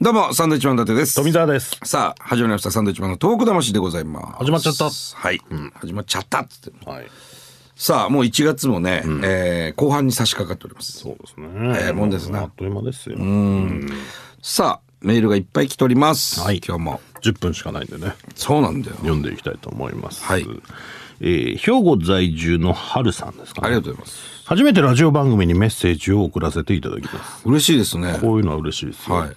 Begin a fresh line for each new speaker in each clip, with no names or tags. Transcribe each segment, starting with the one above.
どうも、サンドイッチマン伊達です。
富澤です。
さあ、始まりました。サンドイッチマンのトーク魂でございます。
始まっちゃった
はい。始まっちゃったっつって。
はい。
さあ、もう1月もね、えー後半に差し掛かっております。
そうですね。
ええもんですね
あっという間ですよ。
さあ、メールがいっぱい来ております。
はい
今日も。
10分しかないんでね、
そうなんだよ。
読んでいきたいと思います。
はい
えー兵庫在住の春さんですか
あり
ね。
がとうございます。
初めてラジオ番組にメッセージを送らせていただきます。
嬉しいですね。
こういうのは嬉しいですよ。
はい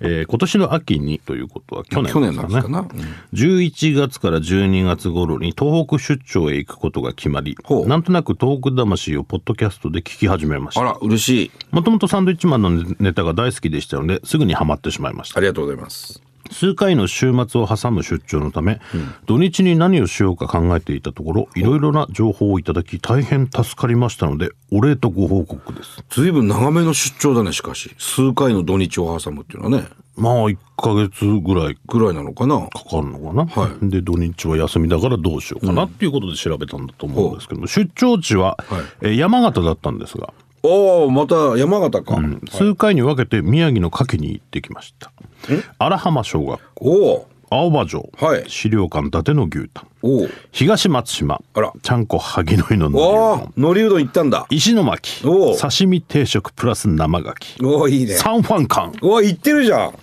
えー今年の秋にということは去年です
去
かね。
年なんですかな。うん
11月から12月頃に東北出張へ行くことが決まり
ほう
なんとなく東北魂をポッドキャストで聞き始めまし
あ
た
ら、嬉しい。
もともとサンドイッチマンのネタが大好きでしたのですぐにハマってしまいました
ありがとうございます。
数回の週末を挟む出張のため、土日に何をしようか考えていたところいろいろな情報をいただき大変助かりましたのでお礼とご報告です
ずいぶん長めの出張だね、しかし。数回の土日を挟むっていうのはね、
まあ1ヶ月ぐらい
ぐらいなのかな。
かかるのかな、で土日は休みだからどうしようかなっていうことで調べたんだと思うんですけども、出張地は、えー山形だったんですが、
おおまた山形か。
数回に分けて宮城の牡蠣に行ってきました荒浜小学校
おお
青葉城、
はい
資料館伊達の牛タン
おお
東松島
あら
ちゃんこ萩の井の海苔う
お
ど
お
ん
海苔うどん行ったんだ。
石巻
おう
刺身定食プラス生牡蠣
おおいいね。
三ファン館、
おお行ってるじゃん。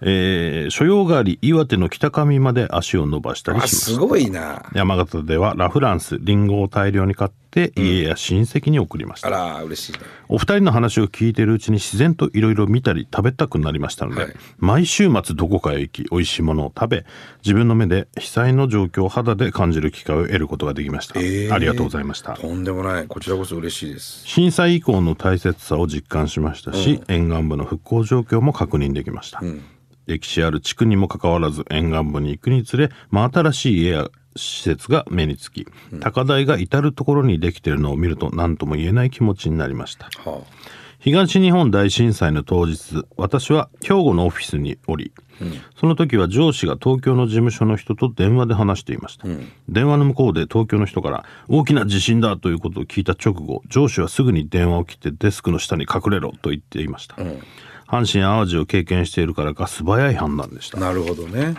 えー所用があり岩手の北上まで足を伸ばしたり
あ、
しました
すごいな。
山形ではラ・フランスリンゴを大量に買って家や親戚に送りました、
あら、嬉しいね。
お二人の話を聞いているうちに自然といろいろ見たり食べたくなりましたので、
はい
毎週末どこかへ行き美味しいものを食べ自分の目で被災の状況を肌で感じる機会を得ることができました、
えー
ありがとうございました
とんでもない。こちらこそ嬉しいです。
震災以降の大切さを実感しましたし、沿岸部の復興状況も確認できました、歴史ある地区にもかかわらず沿岸部に行くにつれ真新しい家や施設が目につき、高台が至る所にできているのを見ると何とも言えない気持ちになりました
は
東日本大震災の当日私は兵庫のオフィスにおり、その時は上司が東京の事務所の人と電話で話していました、電話の向こうで東京の人から大きな地震だということを聞いた直後上司はすぐに電話を切ってデスクの下に隠れろと言っていました、阪神・淡路を経験しているからか素早い判断でした
あ。なるほどね。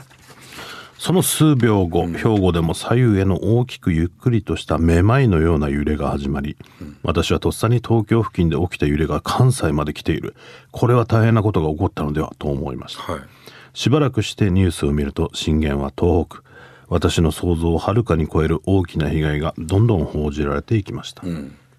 その数秒後、兵庫でも左右への大きくゆっくりとしためまいのような揺れが始まり、私はとっさに東京付近で起きた揺れが関西まで来ているこれは大変なことが起こったのではと思いました
はい。
しばらくしてニュースを見ると震源は東北私の想像をはるかに超える大きな被害がどんどん報じられていきました、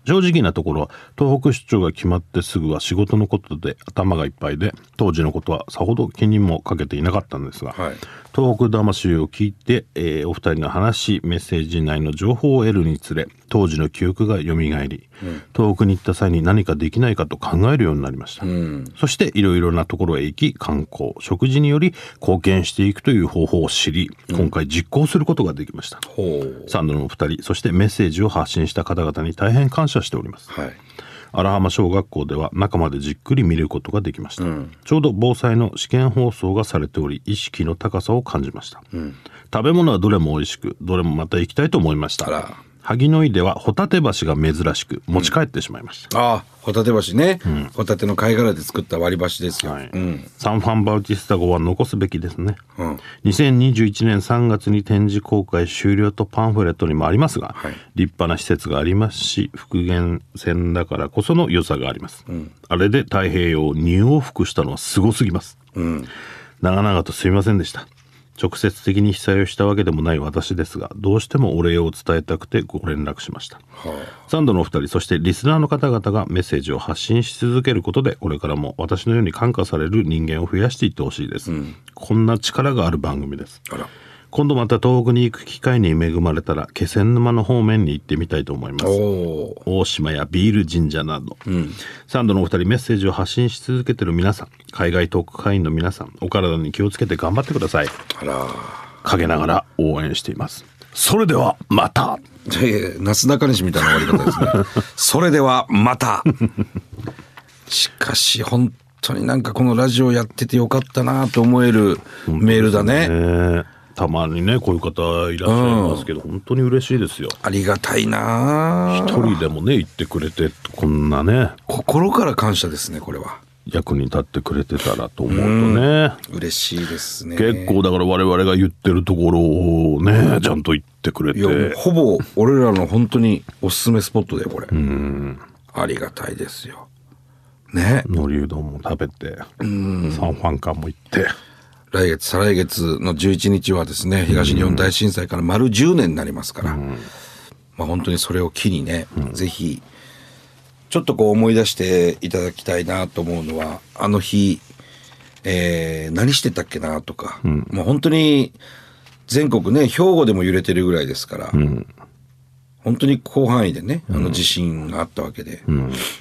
正直なところ東北出張が決まってすぐは仕事のことで頭がいっぱいで当時のことはさほど気にもかけていなかったんですが、
はい。
東北魂を聞いて、えーお二人の話メッセージ内の情報を得るにつれ当時の記憶が蘇り、東北に行った際に何かできないかと考えるようになりました、そしていろいろなところへ行き観光食事により貢献していくという方法を知り今回実行することができました、
ほう。
サンドのお二人そしてメッセージを発信した方々に大変感謝しております
はい。
荒浜小学校では中までじっくり見ることができました、ちょうど防災の試験放送がされており意識の高さを感じました、食べ物はどれも美味しくどれもまた行きたいと思いまし
あら
た萩の井ではホタテ橋が珍しく持ち帰ってしまいました、
ああ、ホタテ橋ね。ホタテの貝殻で作った割り箸ですよ。
はい
うん。
サンファンバウティスタ号は残すべきですね、
うん
2021年3月に展示公開終了とパンフレットにもありますが、
はい
立派な施設がありますし復元船だからこその良さがあります、あれで太平洋を2往復したのはすごすぎます、長々とすみませんでした直接的に被災をしたわけでもない私ですがどうしてもお礼を伝えたくてご連絡しましたサンドのお二人そしてリスナーの方々がメッセージを発信し続けることでこれからも私のように感化される人間を増やしていってほしいです、こんな力がある番組です
あら。
今度また東北に行く機会に恵まれたら気仙沼の方面に行ってみたいと思います
おお。
大島やビール神社など、サンドのお二人メッセージを発信し続けてる皆さん海外トーク会員の皆さんお体に気をつけて頑張ってください
あら。
陰ながら応援していますそれではまた
いやいやなすなかにしみたいな終わり方ですね。それではまた。しかし本当になんかこのラジオやっててよかったなと思えるメールだね。
ねたまにねこういう方いらっしゃいますけど、本当に嬉しいですよ
ありがたいな
一人でもね言ってくれてこんなね
心から感謝ですねこれは。
役に立ってくれてたらと思うとね、
嬉しいですね。
結構だから我々が言ってるところをねちゃんと言ってくれ
いや、もう
て
ほぼ俺らの本当におすすめスポットだよ、これ。ありがたいですよ。ね。
海苔うどんも食べてサンファンカンも行って
来月、再来月の11日はですね、東日本大震災から丸10年になりますから、まあ本当にそれを機にね、ぜひ、ちょっとこう思い出していただきたいなと思うのは、あの日、えー何してたっけなとか、もう本当に全国ね、兵庫でも揺れてるぐらいですから、本当に広範囲でね、あの地震があったわけで、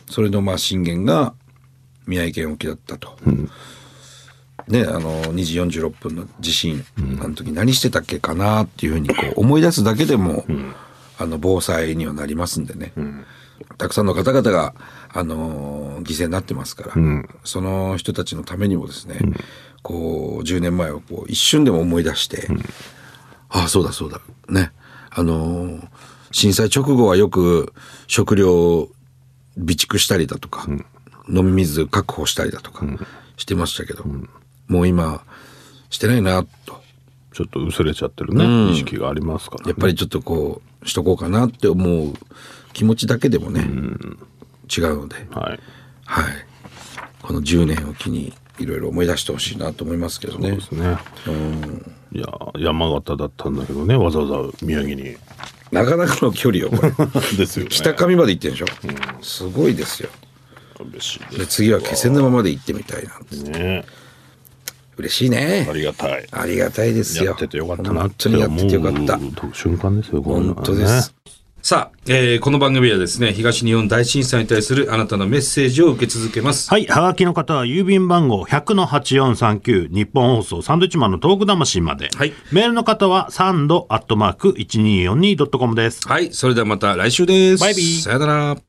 それのまあ震源が宮城県沖だったと。ね、あの2時46分の地震、あの時何してたっけかなっていうふうにこう思い出すだけでも、あの防災にはなりますんでね、たくさんの方々が、あのー犠牲になってますから、その人たちのためにもですね、こう10年前をこう一瞬でも思い出して、ああそうだそうだねあのー震災直後はよく食料を備蓄したりだとか、飲み水確保したりだとかしてましたけど、もう今してないなと
ちょっと薄れちゃってるね、意識がありますから、
やっぱりちょっとこうしとこうかなって思う気持ちだけでもね、違うので、
はい
はい、この10年を機にいろいろ思い出してほしいなと思いますけど
そう
ね
ですねいや山形だったんだけどねわざわざ宮 城に
なかなかの距離よこれ
ですよね
北上まで行ってんでしょ、すごいですよ
嬉しい
で
です
次は気仙沼まで行ってみたいなんて
ね
嬉しいね
ありがたい
ありがたいですよ
やっててよかったな
本
っ
当
て
に
思
やっててよかった
う瞬間ですよ
本当です、
さあ、えーこの番組はですね、東日本大震災に対するあなたのメッセージを受け続けます。
はい。はがきの方は、郵便番号100-8439、日本放送、サンドイッチマンのトーク魂まで。
はい
メールの方は、サンドアットマーク 1242.com です。
はい、それではまた来週です。
バイビー
さよなら。